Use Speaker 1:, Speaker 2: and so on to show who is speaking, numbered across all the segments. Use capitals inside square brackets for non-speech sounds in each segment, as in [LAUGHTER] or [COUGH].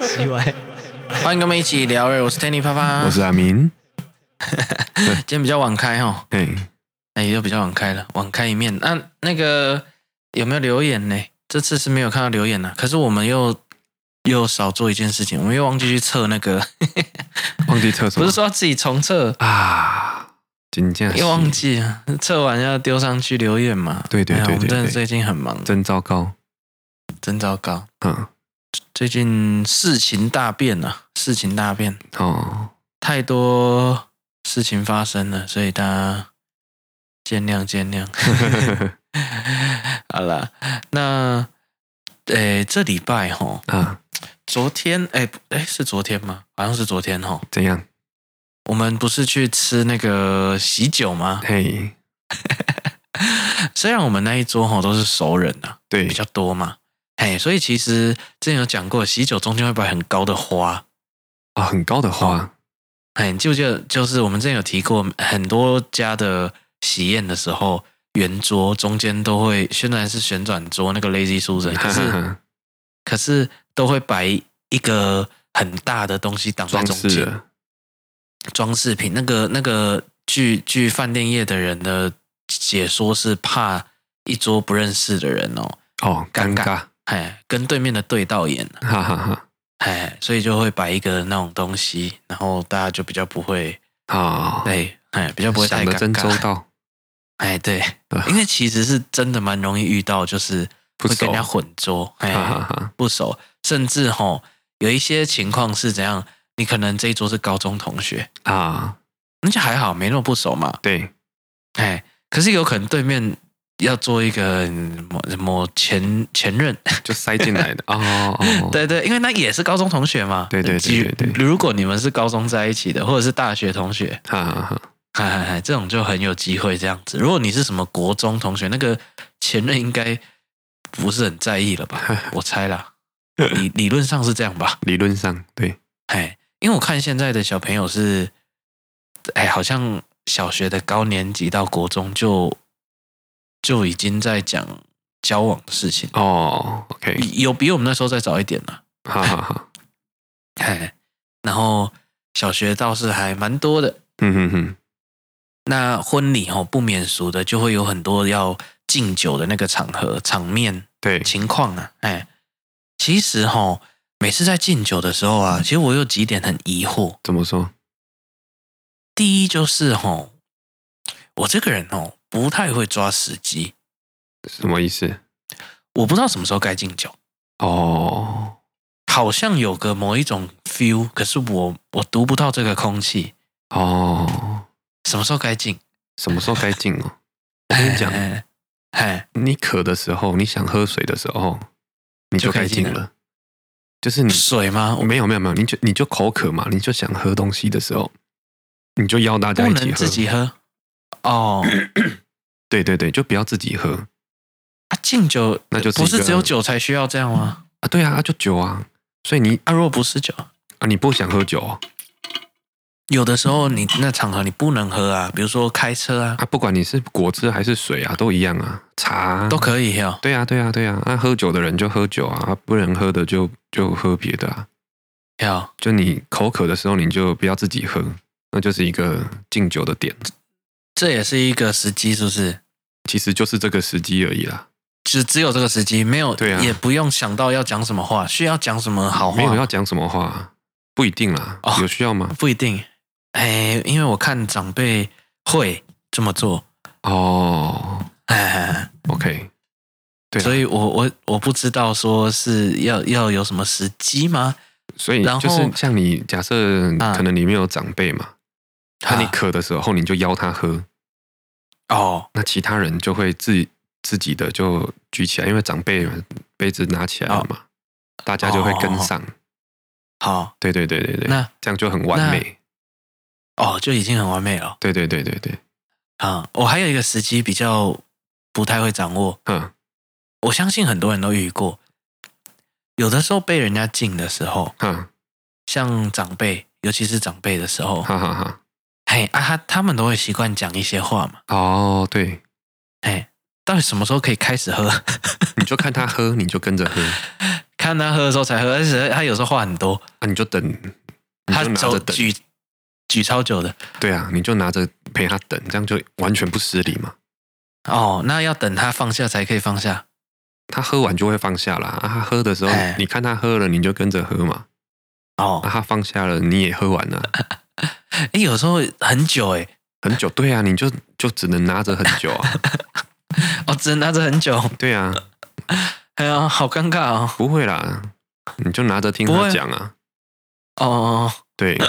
Speaker 1: 奇怪，
Speaker 2: 欢迎跟我们一起聊诶，我是 Tanny 啪啪，
Speaker 3: 我是阿明，
Speaker 2: 今天比较晚开哦，
Speaker 3: 嘿，
Speaker 2: 哎，又比较晚开了，晚开一面。那、那个有没有留言呢？这次是没有看到留言了、可是我们又又少做一件事情，我们又忘记去测那个，
Speaker 3: 忘记测什
Speaker 2: 不
Speaker 3: 么？
Speaker 2: 是说要自己重测，
Speaker 3: 啊，今天
Speaker 2: 又忘记了，测完要丢上去留言嘛。
Speaker 3: 对对
Speaker 2: 哎呀
Speaker 3: 对
Speaker 2: 我们
Speaker 3: 对
Speaker 2: 真的
Speaker 3: 对
Speaker 2: 最近很忙，
Speaker 3: 真糟糕，
Speaker 2: 真糟糕，
Speaker 3: 嗯，
Speaker 2: 最近事情大变啊，事情大变。
Speaker 3: 哦， [LAUGHS]
Speaker 2: 太多事情发生了，所以大家见谅见谅。 [LAUGHS] 好了，那诶、这礼拜吼，
Speaker 3: 啊，
Speaker 2: 昨天诶不诶、是昨天吗？好像是昨天吼，
Speaker 3: 怎样？
Speaker 2: 我们不是去吃那个喜酒吗？
Speaker 3: 嘿，
Speaker 2: 虽然我们那一桌吼都是熟人啊，
Speaker 3: 对
Speaker 2: 比，较多嘛，嘿，所以其实之前有讲过，喜酒中间会摆很高的花，
Speaker 3: 啊，很高的花，
Speaker 2: 哎，你记不记得？就是我们之前有提过，很多家的喜宴的时候，圆桌中间都会，虽然是旋转桌那个 Lazy Susan，可
Speaker 3: 哈哈
Speaker 2: 哦是
Speaker 3: 哈
Speaker 2: 可是都会摆一个很大的东西挡在
Speaker 3: 装
Speaker 2: 中
Speaker 3: 饰
Speaker 2: 间，
Speaker 3: 的，
Speaker 2: 装饰品。那个那个，据据饭店业的人的解说是怕一桌不认识的人哦，
Speaker 3: 哦，
Speaker 2: 尴
Speaker 3: 尴
Speaker 2: 尬
Speaker 3: 尬，
Speaker 2: 哎，跟对面的对到眼，
Speaker 3: 哈哈哈，
Speaker 2: 哎，所以就会摆一个那种东西，然后大家就比较不会，
Speaker 3: 啊，
Speaker 2: 哎哎，比较不会太
Speaker 3: 想
Speaker 2: 尴
Speaker 3: 的
Speaker 2: 尬。
Speaker 3: 真周到，
Speaker 2: 哎，对
Speaker 3: 对，
Speaker 2: 因为其实是真的蛮容易遇到，就是
Speaker 3: 不
Speaker 2: 会跟
Speaker 3: 熟
Speaker 2: 人家混桌，
Speaker 3: 哈哈
Speaker 2: 哎，
Speaker 3: 哈，
Speaker 2: 不熟，甚至吼有一些情况是怎样，你可能这一桌是高中同学，
Speaker 3: 啊，
Speaker 2: 那就还好，没那么不熟嘛，
Speaker 3: 对，
Speaker 2: 哎，可是有可能对面要做一个嗯某某前前任，
Speaker 3: 就塞
Speaker 2: [LAUGHS]
Speaker 3: 进来的，哦哦，哦
Speaker 2: 对对，因为那也是高中同学嘛，
Speaker 3: 对对对对对
Speaker 2: 如果你们是高中在一起的，或者是大学同学，
Speaker 3: 哈哈哈，
Speaker 2: 嗨嗨嗨，这种就很有机会这样子。如果你是什么国中同学，那个前任应该不是很在意了
Speaker 3: [LAUGHS]
Speaker 2: 吧？我猜啦，理理论上是这样吧？
Speaker 3: 理论上对，
Speaker 2: 哎，因为我看现在的小朋友是，哎，好像小学的高年级到国中就就已经在讲交往的事情，
Speaker 3: 哦，OK，
Speaker 2: 有比我们那时候再早一点啦。
Speaker 3: 哈哈哈，
Speaker 2: 哎，然后小学倒是还蛮多的，
Speaker 3: 嗯哼哼，
Speaker 2: 那婚礼哦，不免俗的就会有很多要敬酒的那个场合、场面
Speaker 3: 对，
Speaker 2: 情况啊。哎，其实哈、哦，每次在敬酒的时候啊，其实我有几点很疑惑。
Speaker 3: 怎么说？
Speaker 2: 第一就是哈、哦，我这个人哦，不太会抓时机，
Speaker 3: 什么意思？
Speaker 2: 我不知道什么时候该敬酒，
Speaker 3: 哦，
Speaker 2: 好像有个某一种 feel，可是我我读不到这个空气，
Speaker 3: 哦，
Speaker 2: 什么时候该敬？
Speaker 3: 什么时候该进哦？我跟你讲，
Speaker 2: 哎，哎，
Speaker 3: 你渴的时候，你想喝水的时候，你就该
Speaker 2: 就
Speaker 3: 进
Speaker 2: 该进
Speaker 3: 了。就是你
Speaker 2: 水吗？我
Speaker 3: 没有没有没有，你就你就口渴嘛，你就想喝东西的时候，你就邀大家
Speaker 2: 不
Speaker 3: 一起
Speaker 2: 能
Speaker 3: 喝。
Speaker 2: 自己喝
Speaker 3: [CLEARS THROAT]
Speaker 2: 哦。
Speaker 3: 对对对，就不要自己喝
Speaker 2: 啊，敬酒
Speaker 3: 那就是
Speaker 2: 不
Speaker 3: 一
Speaker 2: 是
Speaker 3: 个
Speaker 2: 只有酒才需要这样吗？
Speaker 3: 啊。对啊，啊就酒啊。所以你
Speaker 2: 啊，如果不是酒，
Speaker 3: 啊，你不想喝酒哦
Speaker 2: 有的时候你那场合你不能喝啊，比如说开车啊，
Speaker 3: 啊，不管你是果汁还是水啊，都一样啊，茶啊
Speaker 2: 都。可以哦。
Speaker 3: 对啊对啊对啊，那、啊、喝酒的人就喝酒啊，啊不能喝的就就喝别的啊。
Speaker 2: 要
Speaker 3: 就你口渴的时候，你就不要自己喝，那就是一个敬酒的点，
Speaker 2: 这也是一个时机，是不是？
Speaker 3: 其实就是这个时机而已啦，
Speaker 2: 只只有这个时机，没有，
Speaker 3: 对啊
Speaker 2: 也不用想到要讲什么话，需要讲什么好话，
Speaker 3: 没有要讲什么话，不一定啦，
Speaker 2: 哦
Speaker 3: 有需要吗？
Speaker 2: 不一定。哎，因为我看长辈会这么做，
Speaker 3: 哦
Speaker 2: 哎，
Speaker 3: ，OK，对啊
Speaker 2: 所以我我我不知道说是要要有什么时机吗？
Speaker 3: 所以
Speaker 2: 然后
Speaker 3: 就是像你假设
Speaker 2: 啊
Speaker 3: 可能里面有长辈嘛，那你
Speaker 2: 啊
Speaker 3: 渴的时候你就邀他喝，
Speaker 2: 哦，
Speaker 3: 那其他人就会自自己的就举起来，因为长辈杯子拿起来了
Speaker 2: 哦
Speaker 3: 嘛，大家就会跟上，
Speaker 2: 好
Speaker 3: 对对对对对，
Speaker 2: 哦那
Speaker 3: 这样就很完美，
Speaker 2: 哦，就已经很完美了。
Speaker 3: 对对对对对，
Speaker 2: 啊、我还有一个时机比较不太会掌握，
Speaker 3: 嗯，
Speaker 2: 我相信很多人都遇过。有的时候被人家敬的时候，
Speaker 3: 哈
Speaker 2: 像长辈，尤其是长辈的时候，
Speaker 3: 哈哈哈。
Speaker 2: 嘿啊，他他们都会习惯讲一些话嘛。
Speaker 3: 哦，对，
Speaker 2: 嘿，到底什么时候可以开始喝？ [LAUGHS]
Speaker 3: 你就看他喝，你就跟着喝。
Speaker 2: 看他喝的时候才喝，而且他有时候话很多，
Speaker 3: 啊，你就等，你
Speaker 2: 他
Speaker 3: 就拿
Speaker 2: 走
Speaker 3: 着等，
Speaker 2: 举举超久的。
Speaker 3: 对啊，你就拿着陪他等，这样就完全不失礼嘛。
Speaker 2: 哦，那要等他放下才可以放下。
Speaker 3: 他喝完就会放下啦，啊，他喝的时候
Speaker 2: 哎，
Speaker 3: 你看他喝了，你就跟着喝嘛，
Speaker 2: 哦
Speaker 3: 啊，，他放下了，你也喝完了，
Speaker 2: 哎、有时候很久哎、
Speaker 3: 很久，对啊，你就就只能拿着很久啊，
Speaker 2: 哦，只能拿着很久，
Speaker 3: 对啊，
Speaker 2: 哎呀，好尴尬哦。
Speaker 3: 不会啦，你就拿着听
Speaker 2: 不会
Speaker 3: 他
Speaker 2: 啊
Speaker 3: 讲啊，
Speaker 2: 哦哦，
Speaker 3: 对，
Speaker 2: 哦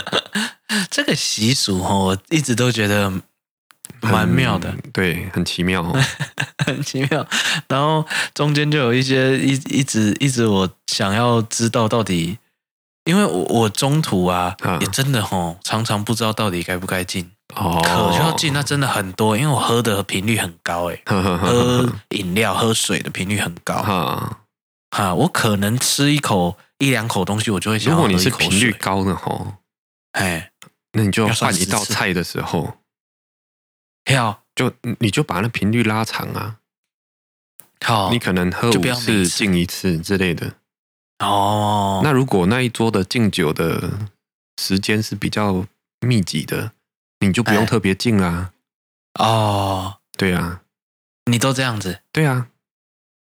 Speaker 2: 这个习俗哦，我一直都觉得蛮妙的，
Speaker 3: 很，对，很奇妙、哦，
Speaker 2: 很 [LAUGHS] 奇妙。然后中间就有一些一一直一直我想要知道到底，因为我我中途啊、
Speaker 3: 嗯
Speaker 2: 也真的吼，常常不知道到底该不该进，
Speaker 3: 哦，
Speaker 2: 可就要进，那真的很多，因为我喝的频率很高诶、
Speaker 3: 呵呵呵呵
Speaker 2: 喝
Speaker 3: 呵
Speaker 2: 饮料、喝水的频率很高哈、
Speaker 3: 哈，
Speaker 2: 我可能吃一口一两口东西，我就会想
Speaker 3: 如
Speaker 2: 要
Speaker 3: 果你
Speaker 2: 喝一
Speaker 3: 是
Speaker 2: 口
Speaker 3: 频率
Speaker 2: 水，
Speaker 3: 高的吼，
Speaker 2: 哎，
Speaker 3: 那你就
Speaker 2: 要算
Speaker 3: 换一
Speaker 2: 十
Speaker 3: 道
Speaker 2: 次
Speaker 3: 菜的时候，
Speaker 2: 要
Speaker 3: 就你就把那频率拉长啊，
Speaker 2: 好
Speaker 3: 你可能喝
Speaker 2: 哦就不
Speaker 3: 五
Speaker 2: 要每
Speaker 3: 次
Speaker 2: 次
Speaker 3: 敬一次之类的。
Speaker 2: 哦，
Speaker 3: 那如果那一桌的敬酒的时间是比较密集的，你就不用
Speaker 2: 哎
Speaker 3: 特别敬啦。
Speaker 2: 哦，
Speaker 3: 对啊，
Speaker 2: 你都这样子
Speaker 3: 对啊。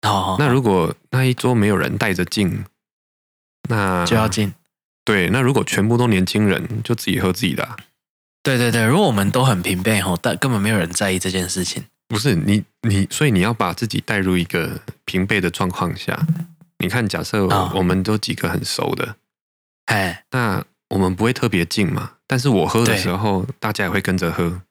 Speaker 2: 哦，
Speaker 3: 那如果那一桌没有人带着敬，那
Speaker 2: 就要进。
Speaker 3: 对。那如果全部都年轻人，就自己喝自己的啊、
Speaker 2: 对对对，如果我们都很平辈吼，但根本没有人在意这件事情。
Speaker 3: 不是你你，所以你要把自己带入一个平辈的状况下。你看，假设
Speaker 2: 啊
Speaker 3: 我们都几个很熟的，
Speaker 2: 哎，
Speaker 3: 那我们不会特别敬嘛，但是我喝的
Speaker 2: 对
Speaker 3: 时候，大家也会跟着喝，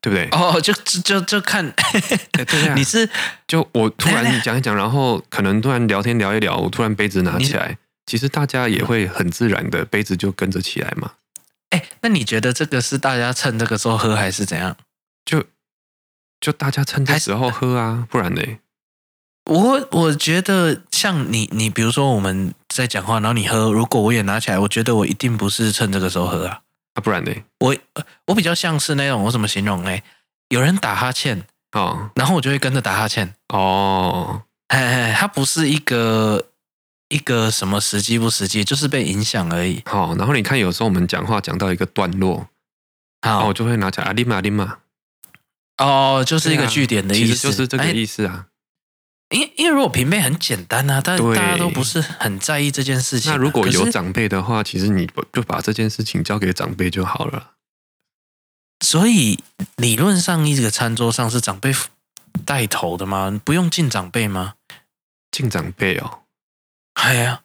Speaker 3: 对不对？
Speaker 2: 哦，就就就就看， [LAUGHS]
Speaker 3: 哎对啊
Speaker 2: 你是
Speaker 3: 就我突
Speaker 2: 来来
Speaker 3: 然讲一讲，然后可能突然聊天聊一聊，我突然杯子拿起来，其实大家也会很自然的杯子就跟着起来嘛。
Speaker 2: 哎，那你觉得这个是大家趁这个时候喝，还是怎样？
Speaker 3: 就大家趁这
Speaker 2: 还是
Speaker 3: 时候喝啊，不然呢？
Speaker 2: 我我觉得像你，你比如说我们在讲话，然后你喝，如果我也拿起来，我觉得我一定不是趁这个时候喝啊，
Speaker 3: 啊，不然呢？
Speaker 2: 我比较像是那种我怎么形容嘞？有人打哈欠，
Speaker 3: 哦
Speaker 2: 然后我就会跟着打哈欠，
Speaker 3: 哦，
Speaker 2: 哎，它不是一个一个什么时机不时机，就是被影响而已。
Speaker 3: 好、哦然后你看，有时候我们讲话讲到一个段落，哦，
Speaker 2: 好
Speaker 3: 我就会拿起来啊，立马立马，
Speaker 2: 哦，就是一个
Speaker 3: 对啊
Speaker 2: 据点的
Speaker 3: 其
Speaker 2: 意
Speaker 3: 实
Speaker 2: 思，
Speaker 3: 就是这个
Speaker 2: 哎
Speaker 3: 意思啊。
Speaker 2: 因因为如果平辈很简单啊，但
Speaker 3: 对
Speaker 2: 大家都不是很在意这件事情啊、
Speaker 3: 那如果
Speaker 2: 可
Speaker 3: 有
Speaker 2: 是
Speaker 3: 长辈的话，其实你就把这件事情交给长辈就好了。
Speaker 2: 所以理论上一个餐桌上是长辈带头的吗？不用敬长辈吗？
Speaker 3: 敬长辈哦，
Speaker 2: 哎呀，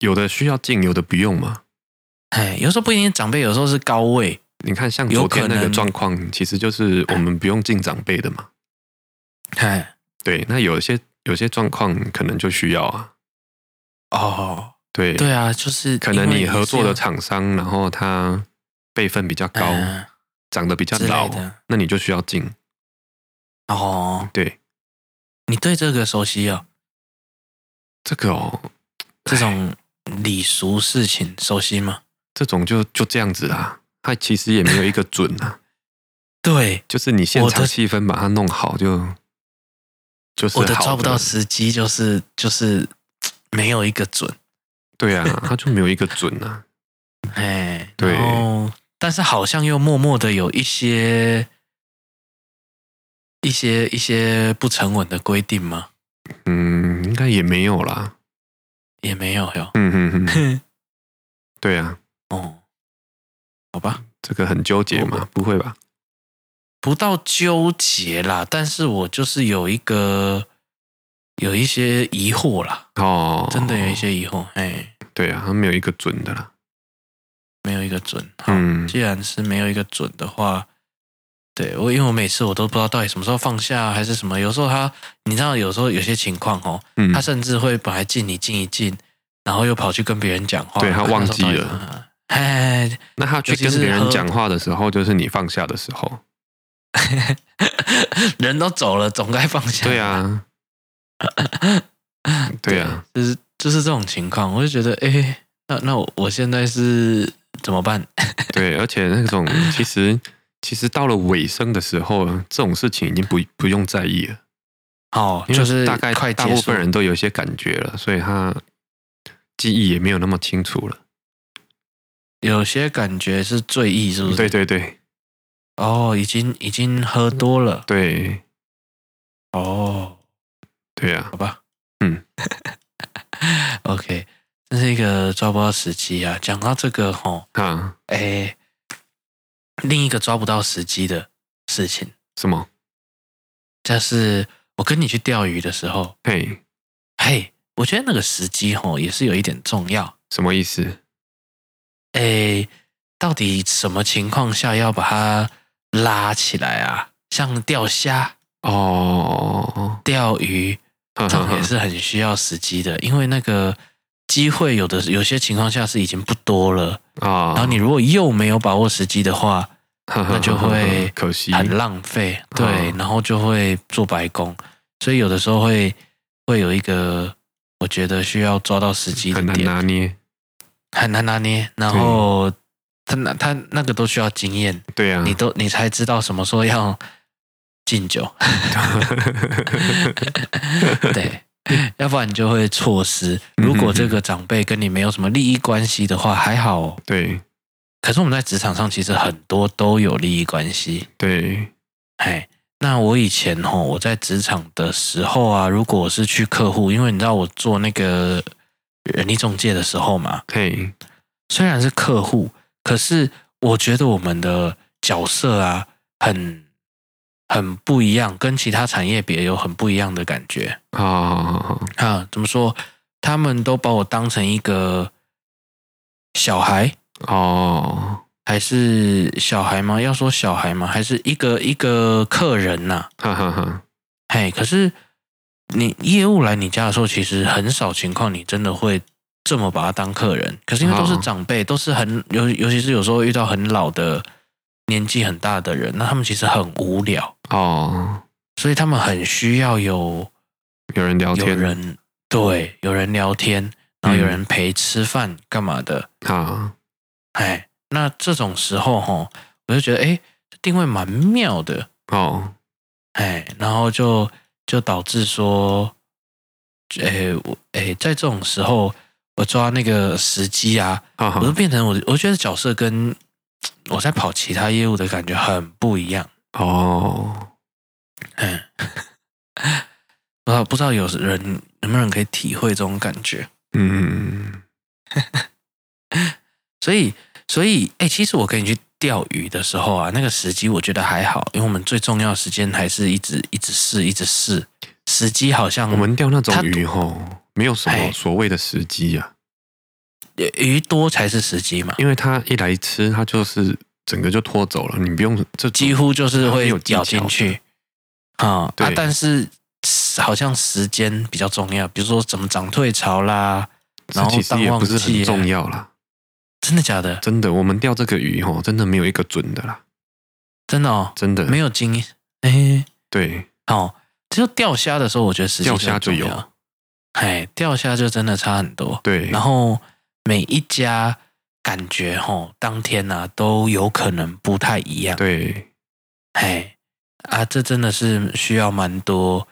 Speaker 3: 有的需要敬，有的不用嘛。
Speaker 2: 哎，有时候不一定长辈，有时候是高位
Speaker 3: 你看，像
Speaker 2: 有
Speaker 3: 昨天
Speaker 2: 可
Speaker 3: 那个
Speaker 2: 能
Speaker 3: 状况，其实就是我们不用敬长辈的嘛。
Speaker 2: 哎
Speaker 3: 对，那有些有些状况可能就需要啊。
Speaker 2: 哦，
Speaker 3: 对，
Speaker 2: 对啊，就是
Speaker 3: 可能
Speaker 2: 因为
Speaker 3: 你合作
Speaker 2: 是
Speaker 3: 的厂商，然后他辈分比较高，
Speaker 2: 嗯
Speaker 3: 长得比较
Speaker 2: 之类
Speaker 3: 老，
Speaker 2: 的
Speaker 3: 那你就需要敬。
Speaker 2: 哦，
Speaker 3: 对，
Speaker 2: 你对这个熟悉哦，
Speaker 3: 这个哦，
Speaker 2: 这种礼俗事情熟悉吗？
Speaker 3: 这种就就这样子啦。它其实也没有一个准啊，
Speaker 2: 对，
Speaker 3: 就是你现
Speaker 2: 我的
Speaker 3: 场气氛把它弄好就就是
Speaker 2: 我都
Speaker 3: 好
Speaker 2: 抓不到
Speaker 3: 的
Speaker 2: 时机，就是就是没有一个准，
Speaker 3: 对
Speaker 2: [LAUGHS]
Speaker 3: 啊，它就没有一个准啊。
Speaker 2: 哎，
Speaker 3: 对
Speaker 2: 然后但是好像又默默的有一些一些一些不成文的规定吗？
Speaker 3: 嗯，应该也没有啦。
Speaker 2: 也没有哟。
Speaker 3: 嗯哼哼，对啊，
Speaker 2: [LAUGHS] 哦，好吧，
Speaker 3: 这个很纠结
Speaker 2: 我
Speaker 3: 嘛，不会吧？
Speaker 2: 不到纠结啦，但是我就是有一个有一些疑惑啦，
Speaker 3: 哦，
Speaker 2: 真的有一些疑惑，哎，
Speaker 3: 对啊，它没有一个准的啦。
Speaker 2: 没有一个准。好，
Speaker 3: 嗯
Speaker 2: 既然是没有一个准的话，对我，因为我每次我都不知道到底什么时候放下还是什么，有时候他，你知道，有时候有些情况哦，
Speaker 3: 嗯
Speaker 2: 他，甚至会本来进你进一进，然后又跑去跟别人讲话，
Speaker 3: 对他
Speaker 2: 那
Speaker 3: 忘记
Speaker 2: 时候到底
Speaker 3: 了
Speaker 2: 怎么样。哎，
Speaker 3: 那他去
Speaker 2: 尤其
Speaker 3: 跟
Speaker 2: 是
Speaker 3: 别人
Speaker 2: 喝
Speaker 3: 讲话的时候，就是你放下的时候。
Speaker 2: 人都走了，总该放下。
Speaker 3: 对，啊，
Speaker 2: [LAUGHS]
Speaker 3: 对啊，，
Speaker 2: 就是就是这种情况，我就觉得，哎，那那我我现在是怎么办？
Speaker 3: 对，而且那种其实其实到了尾声的时候，这种事情已经不不用在意了。
Speaker 2: 哦，
Speaker 3: 因
Speaker 2: 就
Speaker 3: 为
Speaker 2: 是
Speaker 3: 大概
Speaker 2: 快
Speaker 3: 大
Speaker 2: 结
Speaker 3: 部
Speaker 2: 束
Speaker 3: 分人都有一些感觉了，所以他记忆也没有那么清楚了。
Speaker 2: 有些感觉是醉意，是不是？
Speaker 3: 对对对
Speaker 2: 哦，已经已经喝多了。
Speaker 3: 对
Speaker 2: 哦，
Speaker 3: 对啊
Speaker 2: 好，吧，
Speaker 3: 嗯
Speaker 2: [LAUGHS] ，OK，这是一个抓不到时机啊。讲到这个吼，
Speaker 3: 啊，
Speaker 2: 哎，另一个抓不到时机的事情，
Speaker 3: 什么？
Speaker 2: 就是我跟你去钓鱼的时候，
Speaker 3: 嘿，
Speaker 2: 嘿，我觉得那个时机吼也是有一点重要。
Speaker 3: 什么意思？
Speaker 2: 哎，到底什么情况下要把它拉起来啊？像钓虾、
Speaker 3: 哦，
Speaker 2: 钓鱼，
Speaker 3: 呵
Speaker 2: 这
Speaker 3: 呵
Speaker 2: 种也
Speaker 3: 呵
Speaker 2: 是很需要时机的，因为那个机会有的有些情况下是已经不多了，
Speaker 3: 啊，
Speaker 2: 然后你如果又没有把握时机的话，
Speaker 3: 呵呵
Speaker 2: 那就
Speaker 3: 呵呵
Speaker 2: 会
Speaker 3: 可惜
Speaker 2: 很浪费，对，
Speaker 3: 嗯
Speaker 2: 然后就会做白工，所以有的时候会会有一个我觉得需要抓到时机的
Speaker 3: 很难
Speaker 2: 点，
Speaker 3: 拿捏。
Speaker 2: 很难拿捏，然后他那他那个都需要经验，
Speaker 3: 对啊，
Speaker 2: 你都你才知道什么时候要敬
Speaker 3: [LAUGHS]
Speaker 2: 酒，对，要不然你就会错失。
Speaker 3: 嗯哼
Speaker 2: 如果这个长辈跟你没有什么利益关系的话，还好哦、
Speaker 3: 对
Speaker 2: 可是我们在职场上其实很多都有利益关系。
Speaker 3: 对，
Speaker 2: 哎，那我以前吼、我在职场的时候啊，如果我是去客户，因为你知道我做那个人力中介的时候嘛，
Speaker 3: 嘿，
Speaker 2: 虽然是客户，可是我觉得我们的角色啊，很很不一样，跟其他产业别有很不一样的感觉。
Speaker 3: 啊，
Speaker 2: 啊，怎么说？他们都把我当成一个小孩，
Speaker 3: 哦，
Speaker 2: 还是小孩吗？要说小孩吗？还是一个一个客人呐、
Speaker 3: 哈哈哈，
Speaker 2: 嘿，可是你业务来你家的时候，其实很少情况你真的会这么把他当客人。可是因为都是
Speaker 3: 哦
Speaker 2: 长辈，都是很尤尤其是有时候遇到很老的、年纪很大的人，那他们其实很无聊，
Speaker 3: 哦，
Speaker 2: 所以他们很需要有
Speaker 3: 有人聊
Speaker 2: 有
Speaker 3: 天，
Speaker 2: 人对有人聊天，然后有
Speaker 3: 嗯
Speaker 2: 人陪吃饭干嘛的。
Speaker 3: 啊，
Speaker 2: 哎，那这种时候哈，我就觉得哎，这定位蛮妙的，
Speaker 3: 哦，
Speaker 2: 哎，然后就就导致说，哎我哎，在这种时候，我抓那个时机啊，
Speaker 3: 哈
Speaker 2: 我就
Speaker 3: 哈，
Speaker 2: 变成我我觉得角色跟我在跑其他业务的感觉很不一样，
Speaker 3: 哦，
Speaker 2: 嗯，不知道不知道有人有没有人可以体会这种感觉，
Speaker 3: 嗯，
Speaker 2: 所以，所以，哎、其实我跟你去钓鱼的时候啊，那个时机我觉得还好，因为我们最重要的时间还是一直一直试，一直试。时机好像
Speaker 3: 我们钓那种
Speaker 2: 他哎
Speaker 3: 鱼吼，没有什
Speaker 2: 嘿
Speaker 3: 么所谓的时机啊，
Speaker 2: 呃鱼多才是时机嘛，
Speaker 3: 因为它一来吃，它就是整个就拖走了，你不用这
Speaker 2: 几乎就是
Speaker 3: 它
Speaker 2: 会
Speaker 3: 没有技
Speaker 2: 咬
Speaker 3: 巧
Speaker 2: 进去啊、啊
Speaker 3: 对！
Speaker 2: 但是好像时间比较重要，比如说怎么涨退潮啦，然
Speaker 3: 这
Speaker 2: 后
Speaker 3: 其实
Speaker 2: 淡
Speaker 3: 也
Speaker 2: 旺
Speaker 3: 不是
Speaker 2: 季啊
Speaker 3: 很重要啦。
Speaker 2: 真的假的？
Speaker 3: 真的，我们钓这个鱼吼，真的没有一个准的啦，
Speaker 2: 真的哦，
Speaker 3: 真的
Speaker 2: 没
Speaker 3: 有。
Speaker 2: 有经验。哎、
Speaker 3: 对，
Speaker 2: 好、只有钓虾的时候，我觉得时机
Speaker 3: 钓
Speaker 2: 就很
Speaker 3: 虾就
Speaker 2: 重
Speaker 3: 有
Speaker 2: 要。哎，钓虾就真的差很多。
Speaker 3: 对，
Speaker 2: 然后每一家感觉吼，当天啊都有可能不太一样。
Speaker 3: 对，
Speaker 2: 哎，啊，这真的是需要蛮多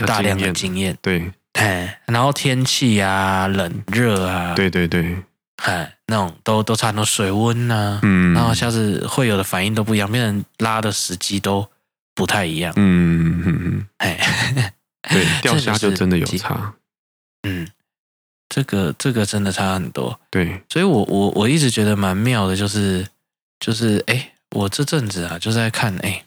Speaker 3: 要
Speaker 2: 大量
Speaker 3: 经
Speaker 2: 的
Speaker 3: 验
Speaker 2: 经验。
Speaker 3: 对，
Speaker 2: 哎，然后天气啊，冷热啊，，
Speaker 3: 对对对，
Speaker 2: 哎，那种都都差很多，水温呐、
Speaker 3: 嗯，
Speaker 2: 然后下次会有的反应都不一样，变成拉的时机都不太一样。
Speaker 3: 嗯嗯嗯，
Speaker 2: 哎， [LAUGHS]
Speaker 3: 对，钓虾就真的有
Speaker 2: 这个是
Speaker 3: 差，
Speaker 2: 嗯，这个这个真的差很多。
Speaker 3: 对，
Speaker 2: 所以我我我一直觉得蛮妙的，就是就是哎、诶我这阵子啊，就是在看哎、诶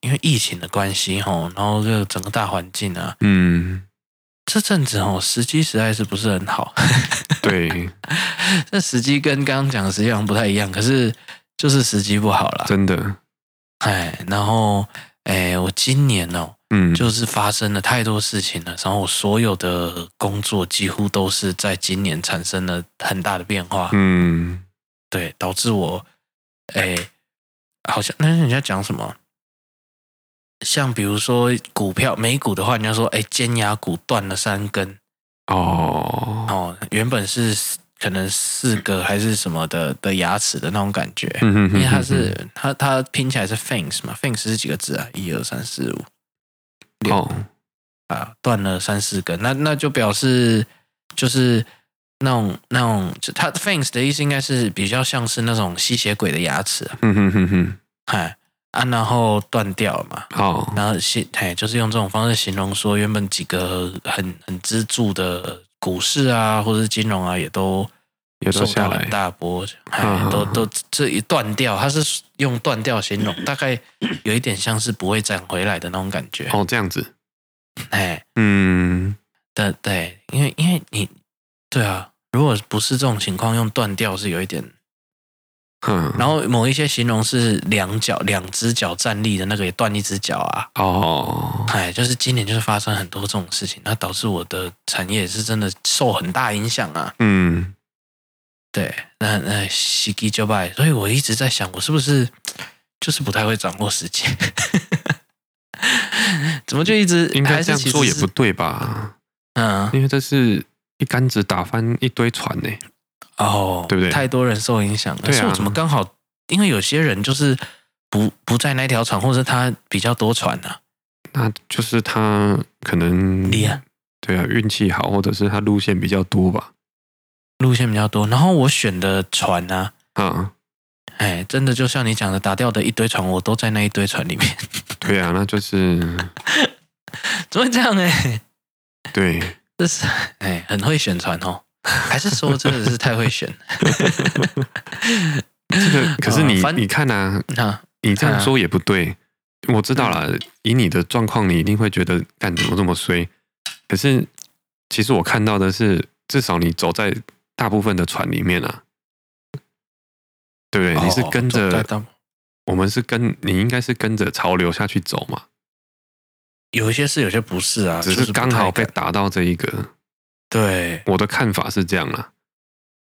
Speaker 2: 因为疫情的关系吼，然后这个整个大环境啊，
Speaker 3: 嗯，
Speaker 2: 这阵子吼时机实在是不是很好。 [LAUGHS]
Speaker 3: 对，
Speaker 2: 这时机跟刚刚讲的实际上不太一样，可是就是时机不好啦。
Speaker 3: 真的，
Speaker 2: 哎，然后哎、我今年哦，
Speaker 3: 嗯，
Speaker 2: 就是发生了太多事情了，然后我所有的工作几乎都是在今年产生了很大的变化。
Speaker 3: 嗯，
Speaker 2: 对，导致我，哎、好像那人家讲什么？像比如说股票美股的话，人家说，哎、尖牙股断了三根
Speaker 3: 哦，
Speaker 2: 哦，原本是四可能四个还是什么的的牙齿的那种感觉，
Speaker 3: 嗯哼哼
Speaker 2: 因为它
Speaker 3: 哼
Speaker 2: 是它它拼起来是 fangs 嘛，fangs 是几个字啊？一二三四五
Speaker 3: 哼哦，
Speaker 2: 啊，断了三四根，那那就表示就是那种那种，就他 fangs 的意思应该是比较像是那种吸血鬼的牙齿啊，
Speaker 3: 嗯哼哼哼，
Speaker 2: 哎啊，然后断掉了嘛，
Speaker 3: 好，
Speaker 2: 然后形哎就是用这种方式形容说，原本几个很很支柱的股市啊，或者是金融啊，也都
Speaker 3: 也都
Speaker 2: 受
Speaker 3: 下
Speaker 2: 到
Speaker 3: 来
Speaker 2: 很大波，哎
Speaker 3: 嗯，
Speaker 2: 都都这一断掉，它是用断掉形
Speaker 3: [LAUGHS]
Speaker 2: 容，大概有一点像是不会涨回来的那种感觉，
Speaker 3: 哦，这样子，
Speaker 2: 哎，
Speaker 3: 嗯，
Speaker 2: 对对，因为因为你对啊，如果不是这种情况，用断掉是有一点，
Speaker 3: 嗯哼，
Speaker 2: 然后某一些形容是两脚两只脚站立的那个也断一只脚啊，
Speaker 3: 哦，
Speaker 2: 哎，就是今年就是发生很多这种事情，那导致我的产业也是真的受很大影响啊。
Speaker 3: 嗯，
Speaker 2: 对，那那喜极就败，所以我一直在想，我是不是就是不太会掌握时间？ [LAUGHS] 怎么就一直
Speaker 3: 应该这样做也，
Speaker 2: 还是其实是
Speaker 3: 不对吧？
Speaker 2: 嗯，
Speaker 3: 因为这是一竿子打翻一堆船呢、
Speaker 2: 哦，
Speaker 3: 对不对
Speaker 2: 太多人受影响了，
Speaker 3: 对啊
Speaker 2: 是我怎么刚好？因为有些人就是不不在那条船，或者他比较多船啊，
Speaker 3: 那就是他可能
Speaker 2: 厉害，
Speaker 3: 对啊，运气好，或者是他路线比较多吧。
Speaker 2: 路线比较多，然后我选的船啊，
Speaker 3: 啊，
Speaker 2: 哎，真的就像你讲的，打掉的一堆船，我都在那一堆船里面。
Speaker 3: 对啊，那就是
Speaker 2: 怎么会这样哎、
Speaker 3: 对，
Speaker 2: 这是哎、很会选船哦，还是说真的是太会 [LAUGHS] 选
Speaker 3: 这个可是你、
Speaker 2: 反
Speaker 3: 你看啊，
Speaker 2: 啊？
Speaker 3: 你这样说也不对。我知
Speaker 2: 嗯
Speaker 3: 道了，以你的状况，你一定会觉得干怎么这么衰。可是其实我看到的是，至少你走在大部分的船里面啊，对不对？你是
Speaker 2: 哦
Speaker 3: 跟
Speaker 2: 走在
Speaker 3: 着
Speaker 2: 当
Speaker 3: 我们是跟你应该是跟着潮流下去走嘛，
Speaker 2: 有一些是，有些不是啊，
Speaker 3: 只
Speaker 2: 就是
Speaker 3: 刚好被
Speaker 2: 不太敢
Speaker 3: 打到这一个。
Speaker 2: 对，
Speaker 3: 我的看法是这样啦，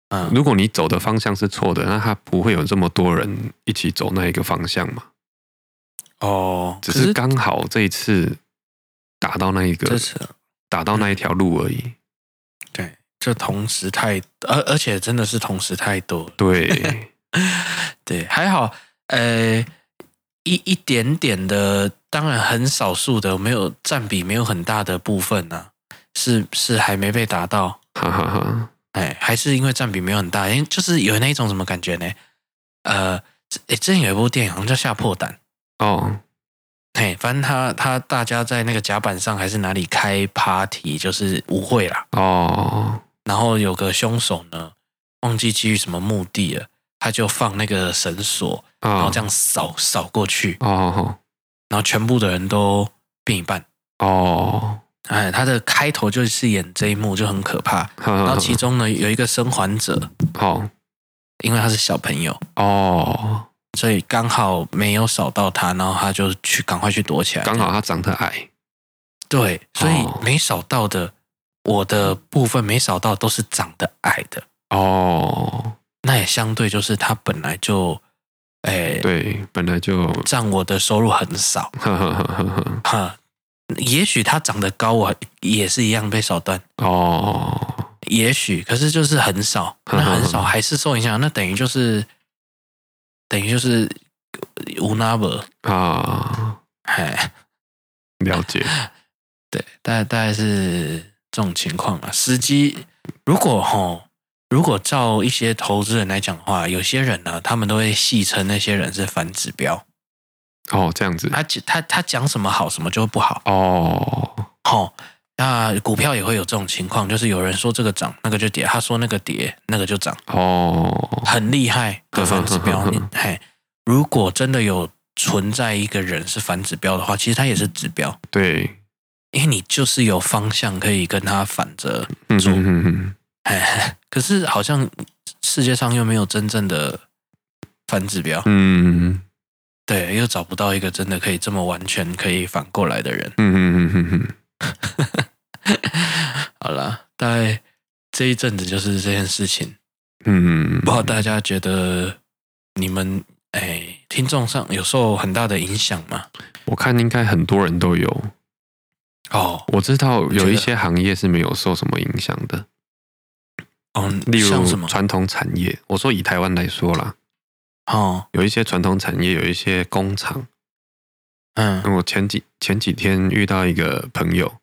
Speaker 2: 嗯，
Speaker 3: 如果你走的方向是错的，那他不会有这么多人一起走那一个方向嘛。
Speaker 2: 哦，
Speaker 3: 只
Speaker 2: 可
Speaker 3: 是刚好这一次打到那一个
Speaker 2: 这，是
Speaker 3: 打到那一条路而已。
Speaker 2: 对，就同时太，而而且真的是同时太多了， [LAUGHS]
Speaker 3: 对，
Speaker 2: 对，还好，呃，一一点点的，当然很少数的，没有占比没有很大的部分呢、是是还没被达到，
Speaker 3: 哈哈哈。
Speaker 2: 哎，还是因为占比没有很大，因为就是有那一种什么感觉呢？呃，哎，之前有一部电影好像叫《吓破胆》，
Speaker 3: 哦，
Speaker 2: 嘿，反正他他大家在那个甲板上还是哪里开 party，就是舞会啦。
Speaker 3: 哦，
Speaker 2: 然后有个凶手呢，忘记基于什么目的了，他就放那个绳索，然后
Speaker 3: 哦
Speaker 2: 这，样扫扫过去，
Speaker 3: 哦，
Speaker 2: 然后全部的人都变一半。
Speaker 3: 哦，
Speaker 2: 哎，他的开头就是演这一幕，就很可怕。然
Speaker 3: 哈
Speaker 2: 后
Speaker 3: 哈
Speaker 2: 其中呢有一个生还者，
Speaker 3: 好，
Speaker 2: 因为他是小朋友，
Speaker 3: 哦，
Speaker 2: 所以刚好没有扫到他，然后他就去赶快去躲起来。
Speaker 3: 刚好他长得矮，
Speaker 2: 对，所以
Speaker 3: 哦
Speaker 2: 没扫到的，我的部分没扫到都是长得矮的，
Speaker 3: 哦，
Speaker 2: 那也相对就是他本来就，诶、
Speaker 3: 对，本来就，
Speaker 2: 占我的收入很少
Speaker 3: 呵呵呵呵呵，
Speaker 2: 哈。也许他长得高，我也是一样被扫断。
Speaker 3: 哦，
Speaker 2: 也许，可是就是很少，那很少还是受影响，那等于就是等于就是无 number，
Speaker 3: 啊，
Speaker 2: 哎，
Speaker 3: 了解，
Speaker 2: 对，大大概是这种情况啊。司机如果吼，如果照一些投资人来讲的话，有些人呢、他们都会戏称那些人是反指标，
Speaker 3: 哦，这样子，
Speaker 2: 他他他讲什么好，什么就不好，
Speaker 3: 哦，
Speaker 2: 吼。那股票也会有这种情况，就是有人说这个涨，那个就跌；他说那个跌，那个就涨。
Speaker 3: 哦，
Speaker 2: 很厉
Speaker 3: [LAUGHS]
Speaker 2: 害的反指标。你嘿，如果真的有存在一个人是反指标的话，其实他也是指标，
Speaker 3: 对，
Speaker 2: 因为你就是有方向可以跟他反着。
Speaker 3: 嗯
Speaker 2: 做
Speaker 3: 嗯嗯嗯，
Speaker 2: 嘿嘿 [LAUGHS] 可是好像世界上又没有真正的反指标，
Speaker 3: 嗯
Speaker 2: 对，又找不到一个真的可以这么完全可以反过来的人。
Speaker 3: 嗯嗯嗯嗯嗯。
Speaker 2: 好啦，大概这一阵子就是这件事情，
Speaker 3: 嗯，
Speaker 2: 不知道大家觉得你们哎、听众上有受很大的影响吗？
Speaker 3: 我看应该很多人都有。
Speaker 2: 哦，
Speaker 3: 我知道
Speaker 2: 觉
Speaker 3: 有
Speaker 2: 得
Speaker 3: 一些行业是没有受什么影响的，
Speaker 2: 嗯，
Speaker 3: 例
Speaker 2: 像什
Speaker 3: 如
Speaker 2: 么？
Speaker 3: 传统产业。我说以台湾来说啦，
Speaker 2: 哦，
Speaker 3: 有一些传统产业，有一些工厂。
Speaker 2: 嗯，
Speaker 3: 我前几前几天遇到一个朋友，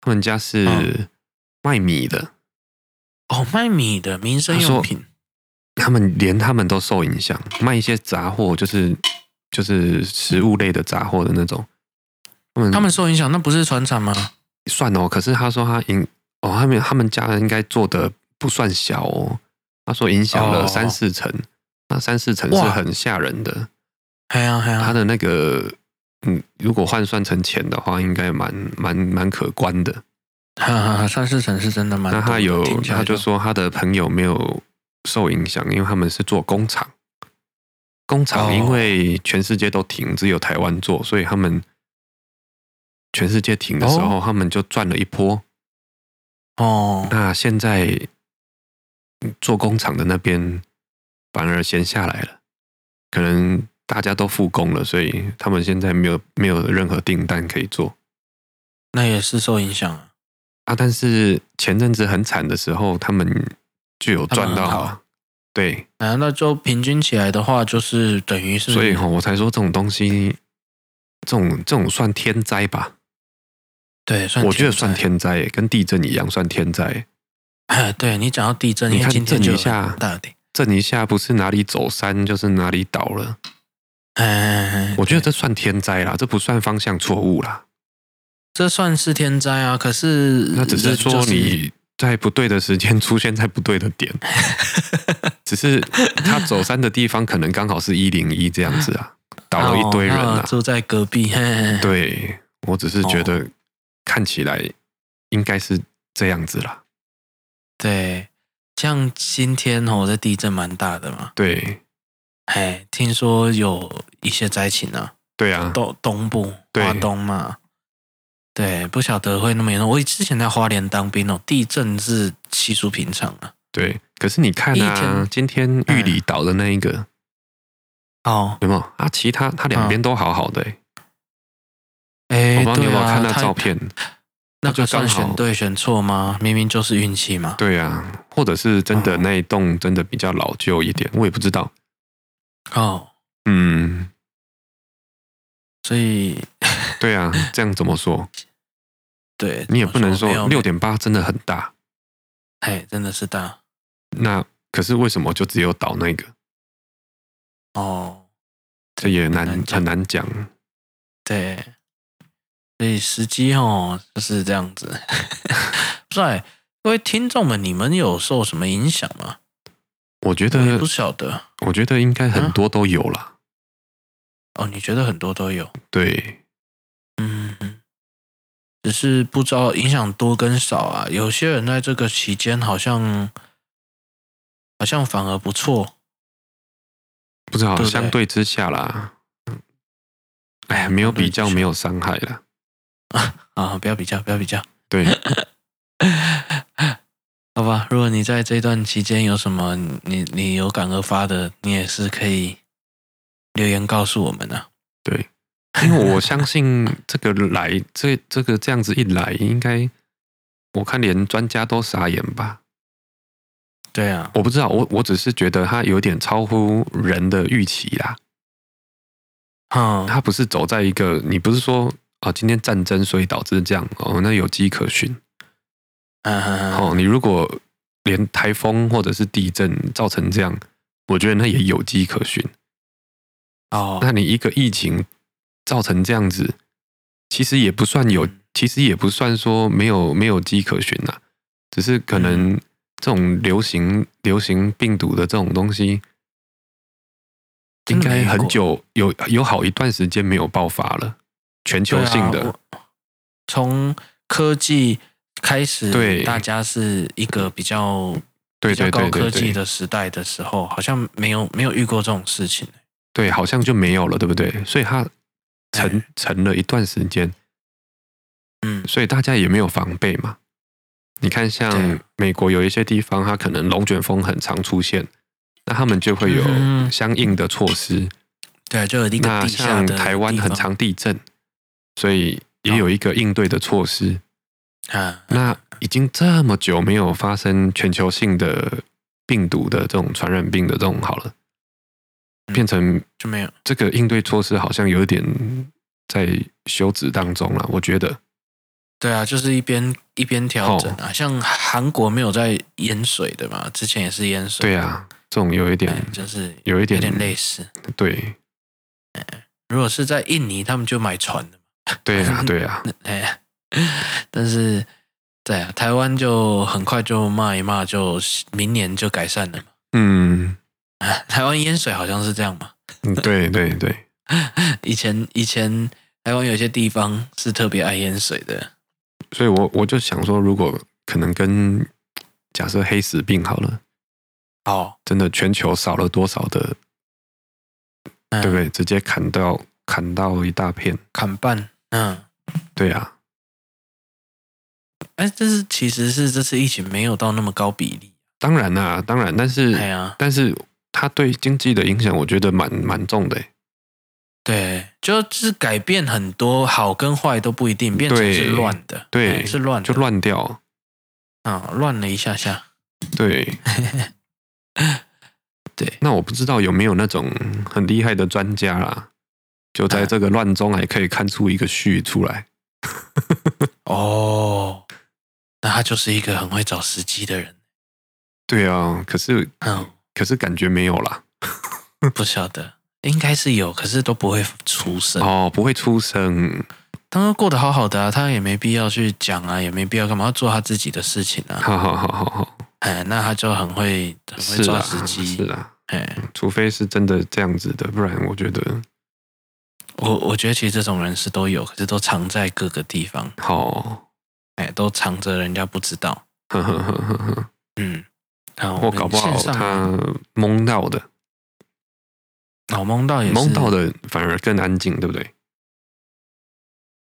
Speaker 3: 他们家是
Speaker 2: 嗯
Speaker 3: 卖米的，
Speaker 2: 哦，卖米的民生
Speaker 3: 他说
Speaker 2: 用品，
Speaker 3: 他们连他们都受影响，卖一些杂货，就是就是食物类的杂货的那种。他们
Speaker 2: 他们受影响，那不是船厂吗？
Speaker 3: 算哦，可是他说他影哦，他们他们家应该做的不算小哦。他说影响了
Speaker 2: 哦
Speaker 3: 三四成，那三四成是
Speaker 2: 哇
Speaker 3: 很吓人的。
Speaker 2: 哎呀哎
Speaker 3: 他
Speaker 2: 呀，
Speaker 3: 的那个嗯，如果换算成钱的话，应该蛮蛮蛮可观的。
Speaker 2: 哈哈哈，三四成是真的蛮
Speaker 3: 那
Speaker 2: 多的。
Speaker 3: 他有
Speaker 2: 听起来
Speaker 3: 他就说他的朋友没有受影响，因为他们是做工厂，工厂
Speaker 2: 哦
Speaker 3: 因为全世界都停，只有台湾做，所以他们全世界停的时候，
Speaker 2: 哦
Speaker 3: 他们就赚了一波。
Speaker 2: 哦，
Speaker 3: 那现在嗯做工厂的那边反而闲下来了，可能大家都复工了，所以他们现在没有没有任何订单可以做
Speaker 2: 那也是受影响啊。
Speaker 3: 啊。但是前阵子很惨的时候，他们就有
Speaker 2: 他们
Speaker 3: 赚
Speaker 2: 很
Speaker 3: 到
Speaker 2: 好
Speaker 3: 啊，对。
Speaker 2: 难道就平均起来的话，就是等于是？
Speaker 3: 所以哈、我才说这种东西，这种这种算天灾吧？
Speaker 2: 对，算
Speaker 3: 我觉得算
Speaker 2: 天
Speaker 3: 天灾耶，跟地震一样算天灾。
Speaker 2: 灾。哎， [LAUGHS] 对你讲到地震，因
Speaker 3: 你
Speaker 2: 为
Speaker 3: 看
Speaker 2: 今天
Speaker 3: 震
Speaker 2: 就
Speaker 3: 一
Speaker 2: 有
Speaker 3: 下
Speaker 2: 很大的地，
Speaker 3: 震一下不是哪里走山，就是哪里倒了。
Speaker 2: 哎哎，哎
Speaker 3: 我觉得
Speaker 2: 对
Speaker 3: 这算天灾啦，这不算方向错误啦。
Speaker 2: 这算是天灾啊。可是
Speaker 3: 那只是
Speaker 2: 人就
Speaker 3: 说你在不对的时间出现在不对的
Speaker 2: [LAUGHS]
Speaker 3: 点，只是他走山的地方可能刚好是一零一这样子啊，倒了一堆人
Speaker 2: 哦
Speaker 3: 啊
Speaker 2: 那。住在隔壁。嘿嘿嘿
Speaker 3: 对我只是觉
Speaker 2: 哦
Speaker 3: 得看起来应该是这样子啦。
Speaker 2: 对，像今天哦，这地震蛮大的嘛。
Speaker 3: 对
Speaker 2: 哎，听说有一些灾情啊，
Speaker 3: 对啊，
Speaker 2: 东东部
Speaker 3: 对
Speaker 2: 华东嘛。对，不晓得会那么严重。我之前在花莲当兵哦，地震是稀疏平常啊。
Speaker 3: 对，可是你看
Speaker 2: 一
Speaker 3: 啊
Speaker 2: 天，哎
Speaker 3: 今天玉里岛的那一个、
Speaker 2: 哦，
Speaker 3: 有没有啊？其他它两边都好好的、欸
Speaker 2: 哎，
Speaker 3: 我不知道你
Speaker 2: 对
Speaker 3: 有没有
Speaker 2: 啊，
Speaker 3: 看那
Speaker 2: 它
Speaker 3: 照片？
Speaker 2: 那
Speaker 3: 就
Speaker 2: 个算
Speaker 3: 刚好
Speaker 2: 选对选错吗？明明就是运气嘛。
Speaker 3: 对啊，或者是真的
Speaker 2: 哦
Speaker 3: 那一栋真的比较老旧一点，我也不知道。
Speaker 2: 哦，
Speaker 3: 嗯，
Speaker 2: 所以
Speaker 3: 对啊，这样怎么说？
Speaker 2: 对
Speaker 3: 你也不能
Speaker 2: 怎么
Speaker 3: 说
Speaker 2: 没有
Speaker 3: 六点八真的很大，
Speaker 2: 哎，真的是大
Speaker 3: 那可是为什么就只有岛那个？
Speaker 2: 哦。
Speaker 3: 这也难
Speaker 2: 难讲
Speaker 3: 很难讲。
Speaker 2: 对，所以时机哦就是这样子。 [LAUGHS] 不是、欸，各位听众们，你们有受什么影响吗？
Speaker 3: 我觉
Speaker 2: 我也
Speaker 3: 得
Speaker 2: 不，嗯晓得
Speaker 3: 我觉得应该很多都有啦。
Speaker 2: 哦。你觉得很多都有，
Speaker 3: 对，
Speaker 2: 嗯，只是不知道影响多跟少啊。有些人在这个期间好像好像反而不错，
Speaker 3: 不知道
Speaker 2: 对不对
Speaker 3: 相对之下啦，哎呀，没有比较，没有伤害啦。
Speaker 2: 啊，不要比较，不要比较，
Speaker 3: 对， [LAUGHS]
Speaker 2: 好吧。如果你在这段期间有什么你你有感而发的，你也是可以留言告诉我们啊。
Speaker 3: 对，因为我相信这个来这这个这样子一来，应该我看连专家都傻眼吧。
Speaker 2: 对啊，
Speaker 3: 我不知道，我我只是觉得它有点超乎人的预期啦。
Speaker 2: 嗯，
Speaker 3: 它不是走在一个，你不是说啊、今天战争所以导致这样哦，那有迹可循
Speaker 2: 嗯嗯嗯
Speaker 3: 哦。你如果连台风或者是地震造成这样，我觉得那也有迹可循。
Speaker 2: 哦，
Speaker 3: 那你一个疫情造成这样子，其实也不算有
Speaker 2: 嗯，
Speaker 3: 其实也不算说没有没有迹可循呐、啊只是可
Speaker 2: 嗯
Speaker 3: 能这种流行流行病毒的这种东西，
Speaker 2: 真
Speaker 3: 应
Speaker 2: 的没
Speaker 3: 该
Speaker 2: 遇
Speaker 3: 很
Speaker 2: 过
Speaker 3: 久有有好一段时间没有爆发了，全球性
Speaker 2: 对
Speaker 3: 的
Speaker 2: 啊，我从科技开始，
Speaker 3: 对
Speaker 2: 大家是一个比较
Speaker 3: 对对
Speaker 2: 比较
Speaker 3: 对
Speaker 2: 高科
Speaker 3: 对
Speaker 2: 技
Speaker 3: 对，
Speaker 2: 的时代的时候，好像没有没有遇过这种事情。
Speaker 3: 对，好像就没有了，对不对？所以它
Speaker 2: 哎
Speaker 3: 沉沉了一段时间，
Speaker 2: 嗯，
Speaker 3: 所以大家也没有防备嘛。你看，像
Speaker 2: 对
Speaker 3: 美国有一些地方，它可能龙卷风很常出现，那他们就会有
Speaker 2: 嗯
Speaker 3: 相应的措施。
Speaker 2: 对，啊就有一个
Speaker 3: 那
Speaker 2: 地下
Speaker 3: 像
Speaker 2: 的
Speaker 3: 台湾
Speaker 2: 地
Speaker 3: 很
Speaker 2: 方哦
Speaker 3: 常地震，所以也有一个应对的措施。
Speaker 2: 啊，
Speaker 3: 那已经这么久没有发生全球性的病毒的这种传染病的这种好了，
Speaker 2: 嗯
Speaker 3: 变成
Speaker 2: 就没有
Speaker 3: 这啊个应对措施好像有点在休止当中了，我觉得。
Speaker 2: 对啊，就是一边一边调整
Speaker 3: 哦
Speaker 2: 啊。像韩国没有在淹水的嘛，之前也是淹水。
Speaker 3: 对啊，这种有一点
Speaker 2: 哎，就是
Speaker 3: 有一点
Speaker 2: 有点类似。
Speaker 3: 对
Speaker 2: 如果是在印尼，他们就买船的嘛。[LAUGHS]
Speaker 3: 对啊对啊，
Speaker 2: 哎，但是对啊，台湾就很快就骂一骂，就明年就改善了嘛。
Speaker 3: 嗯，
Speaker 2: 啊台湾淹水好像是这样嘛。 [LAUGHS]
Speaker 3: 嗯对对对，
Speaker 2: 以前以前台湾有些地方是特别爱淹水的。
Speaker 3: 所以我我就想说，如果可能跟假设黑死病好了，
Speaker 2: 哦，
Speaker 3: 真的全球少了多少的，
Speaker 2: 嗯
Speaker 3: 对不对？直接砍到砍到一大片，
Speaker 2: 砍半，嗯。
Speaker 3: 对啊，
Speaker 2: 哎，这是其实是这次疫情没有到那么高比例，
Speaker 3: 当然啦、当然，但是、
Speaker 2: 哎呀，
Speaker 3: 但是它对经济的影响，我觉得蛮蛮重的欸、
Speaker 2: 对，就是改变很多，好跟坏都不一定，变成
Speaker 3: 对
Speaker 2: 是乱的，
Speaker 3: 对
Speaker 2: 哎是乱的，
Speaker 3: 就乱掉，
Speaker 2: 啊、乱了一下下，
Speaker 3: 对
Speaker 2: [LAUGHS] 对。
Speaker 3: 那我不知道有没有那种很厉害的专家啦，就在这个乱中还可以看出一个序出来。
Speaker 2: 哦，那他就是一个很会找时机的人，
Speaker 3: 对啊，可是
Speaker 2: 嗯，
Speaker 3: 可是感觉没有啦。
Speaker 2: [LAUGHS] 不晓得，应该是有，可是都不会出声。
Speaker 3: 哦，不会出声。 [LAUGHS]
Speaker 2: 当他过得好好的啊，他也没必要去讲啊，也没必要干嘛，要做他自己的事情啊。
Speaker 3: 好好好好好，
Speaker 2: 哎，那他就很会很会
Speaker 3: 是
Speaker 2: 抓
Speaker 3: 啊，
Speaker 2: 时
Speaker 3: 是
Speaker 2: 机。
Speaker 3: 啊，
Speaker 2: 哎，
Speaker 3: 除非是真的这样子的，不然我觉得
Speaker 2: 我我觉得其实这种人是都有，可是都藏在各个地方，
Speaker 3: 好， [LAUGHS]
Speaker 2: 哎，都藏着人家不知道。
Speaker 3: 呵呵呵呵呵，
Speaker 2: 嗯，好，
Speaker 3: 或搞不好
Speaker 2: 线上啊
Speaker 3: 他蒙到的，
Speaker 2: 脑蒙到也是
Speaker 3: 蒙到的反而更安静，对不对？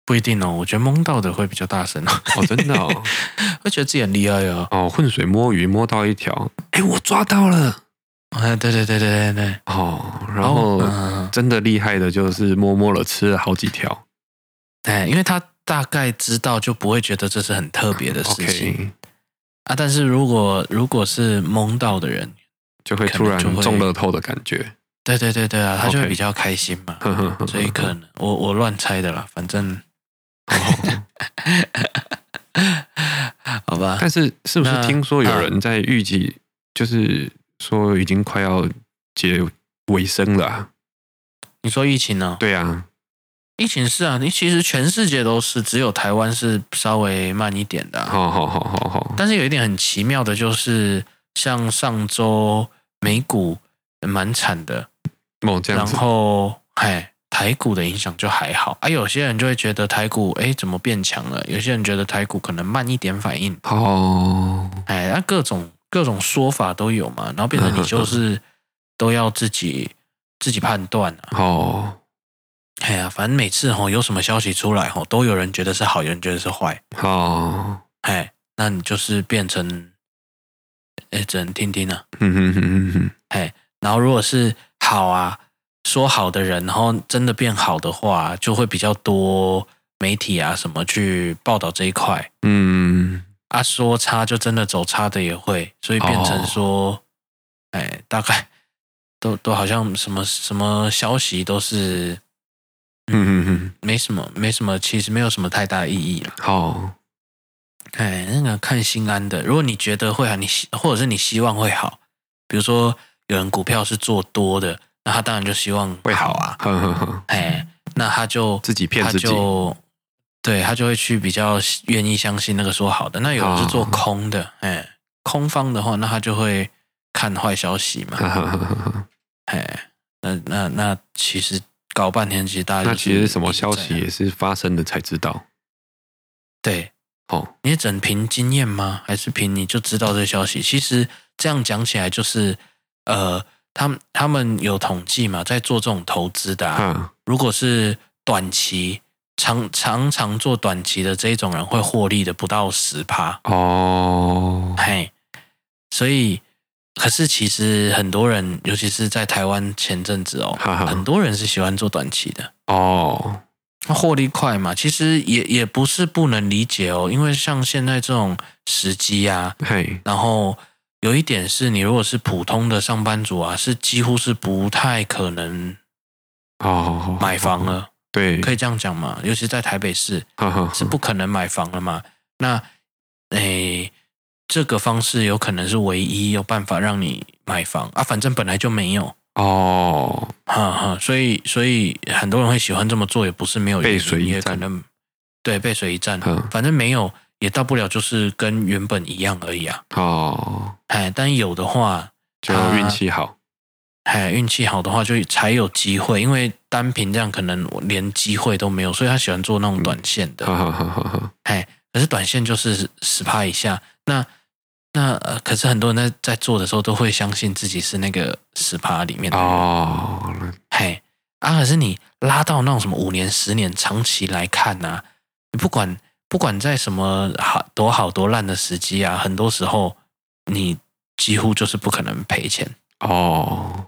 Speaker 2: 不一定哦，我觉得蒙到的会比较大声哦， [LAUGHS]
Speaker 3: 哦，真的哦，
Speaker 2: 会觉得自己很厉害哦。
Speaker 3: 哦，浑水摸鱼摸到一条，哎，我抓到了，
Speaker 2: 啊，对对对对对对，
Speaker 3: 哦，然后
Speaker 2: 嗯，
Speaker 3: 真的厉害的就是摸摸了吃了好几条
Speaker 2: 哎，因为他大概知道，就不会觉得这是很特别的事情
Speaker 3: 哦，OK，
Speaker 2: 啊。但是如果如果是蒙到的人，
Speaker 3: 就会突然
Speaker 2: 可能就会
Speaker 3: 中乐透的感觉，
Speaker 2: 对对对对啊，他就会
Speaker 3: 哦 OK
Speaker 2: 比较开心嘛。
Speaker 3: 呵呵 [LAUGHS] 呵，
Speaker 2: 所以可能我我乱猜的啦，反正 [LAUGHS]
Speaker 3: 哦
Speaker 2: 好吧。
Speaker 3: 但是是不是
Speaker 2: 那
Speaker 3: 听说有人在预计，
Speaker 2: 嗯
Speaker 3: 就是说已经快要结尾声了、啊？
Speaker 2: 你说疫情呢、
Speaker 3: 对啊，
Speaker 2: 疫情是啊，你其实全世界都是，只有台湾是稍微慢一点的啊、
Speaker 3: 好好好好好，
Speaker 2: 但是有一点很奇妙的，就是像上周美股蛮惨的，
Speaker 3: 哦这样
Speaker 2: 然
Speaker 3: 子，
Speaker 2: 后哎，台股的影响就还好啊。有些人就会觉得台股哎怎么变强了，有些人觉得台股可能慢一点反应，
Speaker 3: 好，
Speaker 2: 哎，那、各种各种说法都有嘛，然后变成你就是都要自己自己判断啊。
Speaker 3: 好，
Speaker 2: 哎呀，反正每次吼、有什么消息出来吼、都有人觉得是好，有人觉得是坏，
Speaker 3: 好，
Speaker 2: 哎，那你就是变成哎只能听听啊。
Speaker 3: 嗯哼哼哼哼，
Speaker 2: 然后如果是好啊，说好的人，然后真的变好的话，就会比较多媒体啊什么去报道这一块
Speaker 3: 嗯，
Speaker 2: 啊。说差就真的走差的也会，所以变成说，哎，大概都都好像什么什么消息都是
Speaker 3: 嗯哼哼，
Speaker 2: 没什么没什么，其实没有什么太大意义了。
Speaker 3: 好，
Speaker 2: 哎，那个看心安的，如果你觉得会好，你希或者是你希望会好，比如说有人股票是做多的，那他当然就希望
Speaker 3: 会
Speaker 2: 好啊。
Speaker 3: 呵呵呵，
Speaker 2: 哎，那他就
Speaker 3: 自己骗自己
Speaker 2: 他就对他就会去比较愿意相信那个说好的。那有人是
Speaker 3: 哦
Speaker 2: 做空的，哎，空方的话，那他就会看坏消息嘛，
Speaker 3: 哈哈哈哈哈。
Speaker 2: 哎，那那那其实搞半天，其实大家
Speaker 3: [LAUGHS] 那
Speaker 2: 就是
Speaker 3: 其实什么
Speaker 2: 一直这样
Speaker 3: 消息也是发生的才知道，
Speaker 2: 对，
Speaker 3: 哦，
Speaker 2: 你也只能凭经验吗？还是凭你就知道这消息？其实这样讲起来就是，呃，他们他们有统计嘛，在做这种投资的、啊，
Speaker 3: 嗯，
Speaker 2: 如果是短期常常常做短期的这一种人，会获利的不到十趴。
Speaker 3: 哦，
Speaker 2: 嘿，所以可是其实很多人，尤其是在台湾前阵子哦，
Speaker 3: 哈哈
Speaker 2: 很，多人是喜欢做短期的，
Speaker 3: 哦，
Speaker 2: 那获利快嘛。其实也也不是不能理解哦，因为像现在这种时机啊，
Speaker 3: 嘿，
Speaker 2: 然后。有一点是你如果是普通的上班族啊，是几乎是不太可能
Speaker 3: 哦，
Speaker 2: 买房了，啊
Speaker 3: 对，
Speaker 2: 可
Speaker 3: 以，
Speaker 2: 以这样讲嘛？尤其在台北市
Speaker 3: 哈哈哈，
Speaker 2: 是不可能买房了嘛。那诶，这个方式有可能是唯一有办法让你买房啊，反正本来就没有。
Speaker 3: 哦，
Speaker 2: 哈哈，所以所以很多人会喜欢这么做，也不是没有原因
Speaker 3: 背水一
Speaker 2: 也
Speaker 3: 战
Speaker 2: 可能对背水一战，
Speaker 3: 嗯
Speaker 2: 反正没有也到不了就是跟原本一样而已啊。
Speaker 3: 哦，
Speaker 2: 哎，但有的话，
Speaker 3: 就
Speaker 2: 啊
Speaker 3: 运气好，
Speaker 2: 哎，运气好的话就才有机会，因为单凭这样可能我连机会都没有，所以他喜欢做那
Speaker 3: 嗯
Speaker 2: 种短线的。
Speaker 3: 哈哈哈哈哈，
Speaker 2: 哎，可是短线就是十趴以下，那那呃，可是很多人在在做的时候都会相信自己是那个十趴里面的人
Speaker 3: 哦，
Speaker 2: 嘿，啊，可是你拉到那种什么五年、十年长期来看呐、你不管不管在什么好多好多烂的时机啊，很多时候你几乎就是不可能赔钱，
Speaker 3: 哦，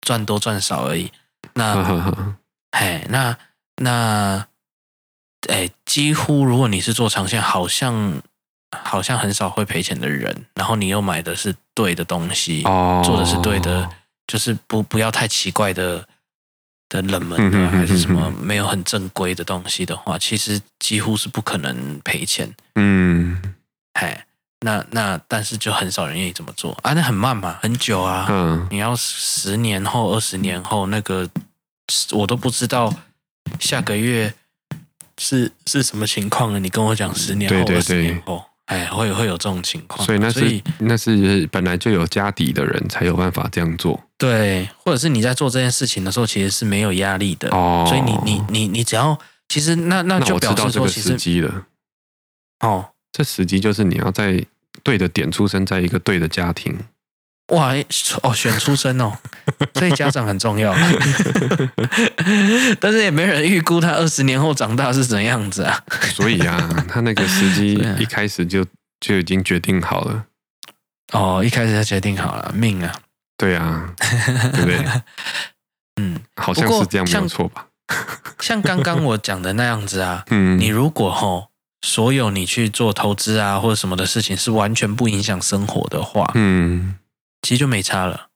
Speaker 2: 赚多赚少而已。
Speaker 3: 哈
Speaker 2: 那
Speaker 3: 哈哈，
Speaker 2: 嘿，那那，哎，几乎如果你是做长线，好像好像很少会赔钱的人，然后你又买的是对的东西，
Speaker 3: 哦，
Speaker 2: 啊做的是对的，就是不不要太奇怪的的冷门
Speaker 3: 嗯
Speaker 2: 的，
Speaker 3: 哼
Speaker 2: 还是什么
Speaker 3: 嗯
Speaker 2: 没有很正规的东西的话，其实几乎是不可能赔钱。
Speaker 3: 嗯
Speaker 2: 哎，那那但是就很少人愿意这么做啊，那很慢嘛，很久啊。
Speaker 3: 嗯，
Speaker 2: 你要十年后、二十年后，那个我都不知道下个月是是什么情况了。你跟我讲十年后、
Speaker 3: 对
Speaker 2: 二
Speaker 3: 对
Speaker 2: 十
Speaker 3: 对
Speaker 2: 年后，哎，会会有这种情况。
Speaker 3: 所以那
Speaker 2: 啊所以
Speaker 3: 是那是本来就有家底的人才有办法这样做
Speaker 2: 对，或者是你在做这件事情的时候，其实是没有压力的。
Speaker 3: 哦，
Speaker 2: 所以你你你你只要，其实那那
Speaker 3: 那
Speaker 2: 就
Speaker 3: 我知
Speaker 2: 表
Speaker 3: 道
Speaker 2: 示
Speaker 3: 这
Speaker 2: 说，
Speaker 3: 个
Speaker 2: 其
Speaker 3: 时
Speaker 2: 实
Speaker 3: 机了，
Speaker 2: 哦，
Speaker 3: 这时机就是你要在对的点出生在一个对的家庭，
Speaker 2: 哇哦，选出身
Speaker 3: [LAUGHS]
Speaker 2: 哦，所以家长很重要。 [LAUGHS] 但是也没人预估他二十年后长大是怎样子啊。
Speaker 3: 所以啊，他那个时
Speaker 2: [LAUGHS]
Speaker 3: 机
Speaker 2: 对啊
Speaker 3: 一开始就就已经决定好了，
Speaker 2: 哦，一开始就决定好了，命啊，
Speaker 3: 对啊，对不对？
Speaker 2: [LAUGHS] 嗯，
Speaker 3: 好像
Speaker 2: 不过
Speaker 3: 是这样没有
Speaker 2: 像
Speaker 3: 错吧？
Speaker 2: 像刚刚我讲的那样子啊，
Speaker 3: [LAUGHS] 嗯，
Speaker 2: 你如果吼、所有你去做投资啊或者什么的事情是完全不影响生活的话，
Speaker 3: 嗯，
Speaker 2: 其实就没差了。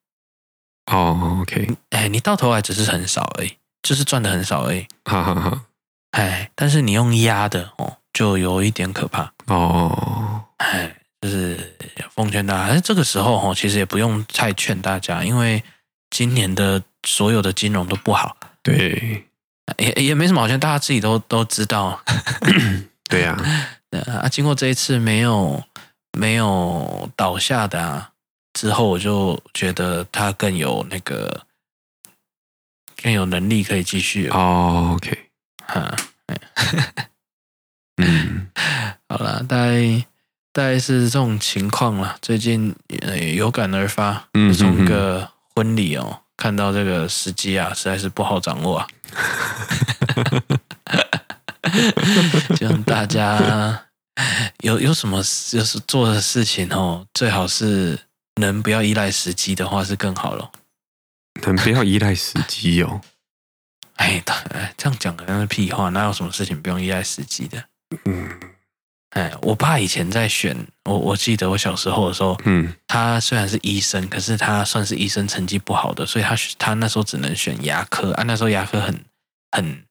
Speaker 3: 哦，OK，
Speaker 2: 哎，你到头来只是很少而已，就是赚的很少而已。
Speaker 3: 哈哈哈，
Speaker 2: 哎，但是你用压的哦，就有一点可怕。
Speaker 3: 哦，
Speaker 2: 哎，就是奉劝大家，哎这个时候哦，其实也不用太劝大家，因为今年的所有的金融都不好，
Speaker 3: 对，
Speaker 2: 也也没什么好劝，大家自己都都知道。
Speaker 3: 对呀、
Speaker 2: 对啊，经过这一次没有没有倒下的啊，之后我就觉得他更有那个更有能力可以继续了。
Speaker 3: 哦，OK，
Speaker 2: 哈
Speaker 3: 嗯，
Speaker 2: 好啦，大概大概是这种情况啦。最近呃有感而发，
Speaker 3: 嗯
Speaker 2: 从一
Speaker 3: 嗯
Speaker 2: 个婚礼哦，看到这个时机啊，实在是不好掌握啊。 [LAUGHS] 希望大家有有什么就是做的事情哦，最好是能不要依赖时机的话是更好咯。
Speaker 3: 很不要依赖时机哦。
Speaker 2: 哎，他哎这样讲好像是屁话，哪有什么事情不用依赖时机的？
Speaker 3: 嗯
Speaker 2: 哎，我爸以前在选我，我记得我小时候的时候，
Speaker 3: 嗯，
Speaker 2: 他虽然是医生，可是他算是医生成绩不好的，所以他他那时候只能选牙科啊。那时候牙科很很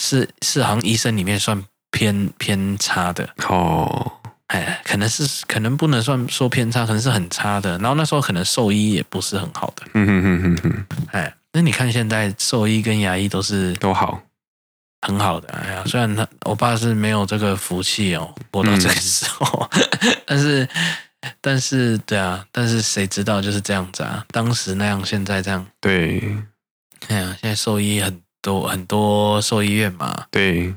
Speaker 2: 是是好像医生里面算偏偏差的，
Speaker 3: 哦，
Speaker 2: 哎，可能是可能不能算说偏差，可能是很差的。然后那时候可能兽医也不是很好的，
Speaker 3: 嗯哼哼哼哼，
Speaker 2: 哎，那你看现在兽医跟牙医都是
Speaker 3: 都好，
Speaker 2: 很好的。哎呀，虽然他我爸是没有这个福气哦，活到这个时候， [LAUGHS] 但是但是对啊，但是谁知道就是这样子啊？当时那样，现在这样。
Speaker 3: 对
Speaker 2: 哎呀，现在兽医很多很多兽医院嘛，
Speaker 3: 对，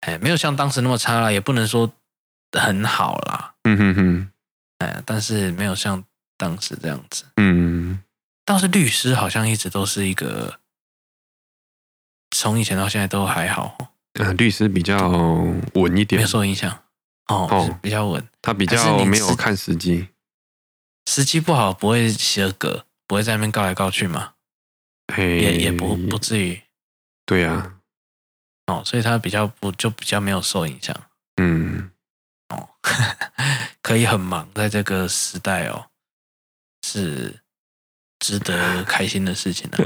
Speaker 2: 哎，没有像当时那么差啦，也不能说很好啦，
Speaker 3: 嗯哼哼，
Speaker 2: 哎，但是没有像当时这样子。
Speaker 3: 嗯，
Speaker 2: 倒是律师好像一直都是一个，从以前到现在都还好哦，
Speaker 3: 啊，律师比较稳
Speaker 2: 没
Speaker 3: 一
Speaker 2: 有
Speaker 3: 点，
Speaker 2: 受影响哦，就
Speaker 3: 哦
Speaker 2: 是比较稳。
Speaker 3: 他比
Speaker 2: 还是
Speaker 3: 较
Speaker 2: 你
Speaker 3: 没有
Speaker 2: 自
Speaker 3: 看时机，
Speaker 2: 时机不好不会邪格，不会在那边告来告去嘛，
Speaker 3: 嘿，
Speaker 2: 也也
Speaker 3: 嗯
Speaker 2: 不不至于
Speaker 3: 对啊，
Speaker 2: 哦，所以他比较不就比较没有受影响， [LAUGHS]
Speaker 3: 嗯，
Speaker 2: 可以很忙，在这个时代哦，是值得开心的事情啊。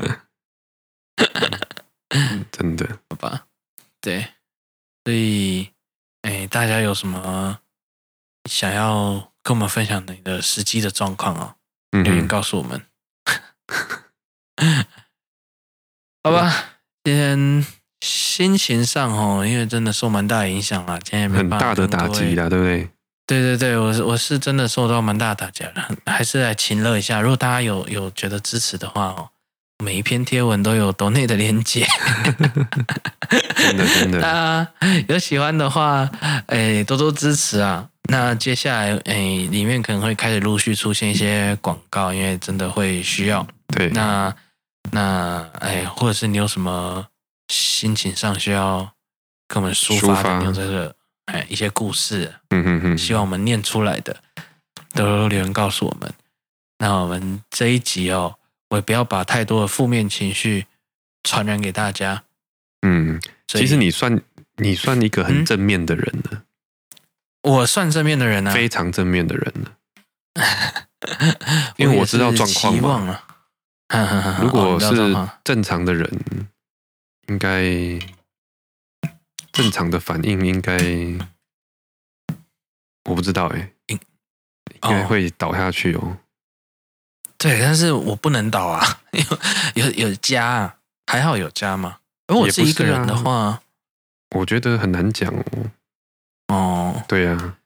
Speaker 3: 真的，
Speaker 2: 对，所以，哎，大家有什么想要跟我们分享你的实际的状况哦？
Speaker 3: 嗯
Speaker 2: 留言
Speaker 3: 哼，
Speaker 2: 告诉我们。 [LAUGHS] 好吧，今天心情上哦，因为真的受蛮大影响啦，今天也没
Speaker 3: 很
Speaker 2: 办法欸
Speaker 3: 大的
Speaker 2: 跟各
Speaker 3: 打
Speaker 2: 位
Speaker 3: 击啦，对不对？
Speaker 2: 对对对，我是我是真的受到蛮大打击的，还是来勤乐一下。如果大家有有觉得支持的话哦，每一篇贴文都有抖内的连接，[LAUGHS]
Speaker 3: 真的真的，
Speaker 2: 大家啊有喜欢的话，哎，多多支持啊。那接下来，哎，里面可能会开始陆续出现一些广告，因为真的会需要。
Speaker 3: 对，
Speaker 2: 那那哎，或者是你有什么心情上需要跟我们抒
Speaker 3: 抒
Speaker 2: 发的，
Speaker 3: 发
Speaker 2: 你有这个哎一些故事，
Speaker 3: 嗯哼哼，
Speaker 2: 希望我们念出来的，都留言告诉我们。那我们这一集哦，我也不要把太多的负面情绪传染给大家。
Speaker 3: 嗯，
Speaker 2: 所以嗯
Speaker 3: 其实你算你算一个很正面的人了，
Speaker 2: 我算正面的人呢、
Speaker 3: 非常正面的人了。
Speaker 2: 啊，
Speaker 3: 因为
Speaker 2: 也
Speaker 3: 我知道
Speaker 2: 是
Speaker 3: 状况
Speaker 2: 期
Speaker 3: 嘛
Speaker 2: 望啊。 [LAUGHS] 哈哈哈哈
Speaker 3: 如
Speaker 2: 哦
Speaker 3: 果
Speaker 2: 你知道
Speaker 3: 是
Speaker 2: 状况
Speaker 3: 正常的人，应该正常的反应应该，我不知道哎、
Speaker 2: 应
Speaker 3: 应该
Speaker 2: 哦
Speaker 3: 会倒下去哦。
Speaker 2: 对，但是我不能倒啊， [LAUGHS] 有有有家啊，还好有家嘛。而我
Speaker 3: 也
Speaker 2: 自
Speaker 3: 不
Speaker 2: 己一个
Speaker 3: 是啊
Speaker 2: 人的话，
Speaker 3: 我觉得很难讲哦。
Speaker 2: 哦，
Speaker 3: 对啊，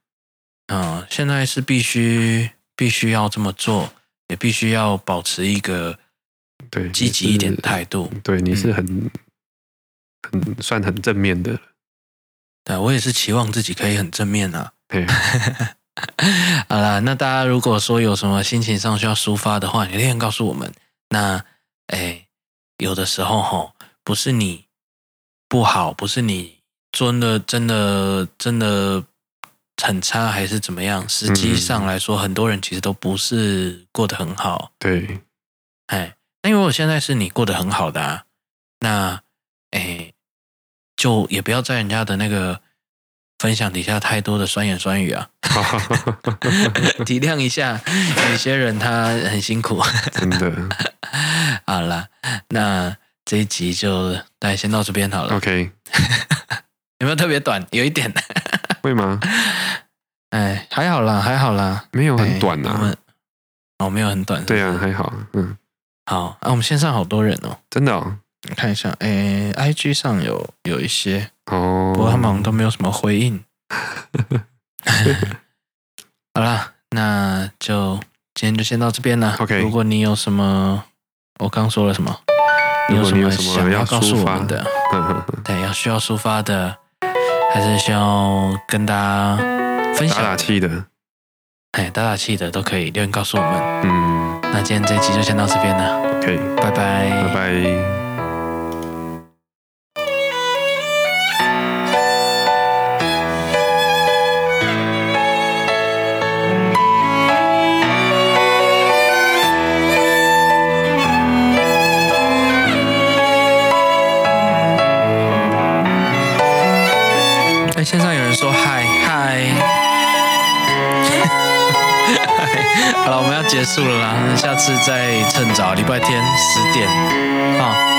Speaker 2: 嗯，现在是必须必须要这么做，也必须要保持一个
Speaker 3: 对，
Speaker 2: 积极一点的
Speaker 3: 态。
Speaker 2: 态度。
Speaker 3: 对，你是
Speaker 2: 嗯
Speaker 3: 很、很算很正面的了，
Speaker 2: 对我也是期望自己可以很正面啊。 [LAUGHS]
Speaker 3: 嘿，
Speaker 2: 好啦，那大家如果说有什么心情上需要抒发的话，你留言告诉我们。那哎，有的时候吼，不是你不好，不是你真的真的真的很差，还是怎么样？实际上来说，很多人其实都不是过得很好。
Speaker 3: 对， [LAUGHS]
Speaker 2: 哎，那因为我现在是你过得很好的啊，那哎，就也不要在人家的那个分享底下太多的酸言酸语啊， [LAUGHS] 体谅一下，有些人他很辛苦。 [LAUGHS]
Speaker 3: 真的。
Speaker 2: 好啦，那这一集就大家先到这边好了，
Speaker 3: OK，
Speaker 2: 有没有特别短？有一点， [LAUGHS]
Speaker 3: 会吗？
Speaker 2: 哎，还好啦，还好啦，
Speaker 3: 没有
Speaker 2: 哎
Speaker 3: 很短
Speaker 2: 我
Speaker 3: 啊
Speaker 2: 们。哦，没有很短，
Speaker 3: 对啊，，还好，嗯，
Speaker 2: 好啊，我们线上好多人哦，
Speaker 3: 真的哦。
Speaker 2: 我看一下，哎，IG 上有有一些，
Speaker 3: 哦，
Speaker 2: 不过他们好像都没有什么回
Speaker 3: [LAUGHS]
Speaker 2: 应。好啦，那就今天就先到这边了。
Speaker 3: OK
Speaker 2: 如果你有什么，我刚说了什么？
Speaker 3: 如果你有什么
Speaker 2: 想
Speaker 3: 要
Speaker 2: 告诉
Speaker 3: 抒
Speaker 2: 我
Speaker 3: 发
Speaker 2: 们的？
Speaker 3: 嗯哼哼
Speaker 2: 对，要需要抒发的，还是需要跟大家分
Speaker 3: 打
Speaker 2: 享？
Speaker 3: 打气的，
Speaker 2: 哎，打打气的都可以留言告诉我们。
Speaker 3: 嗯
Speaker 2: 那今天这一集就先到这边了，
Speaker 3: ，OK，
Speaker 2: 拜拜，
Speaker 3: 拜拜。
Speaker 2: 哎，线上有人说嗨嗨， [LAUGHS] 嗨好了，我们要结束了啦，下次再趁早，礼拜天十点，好、哦，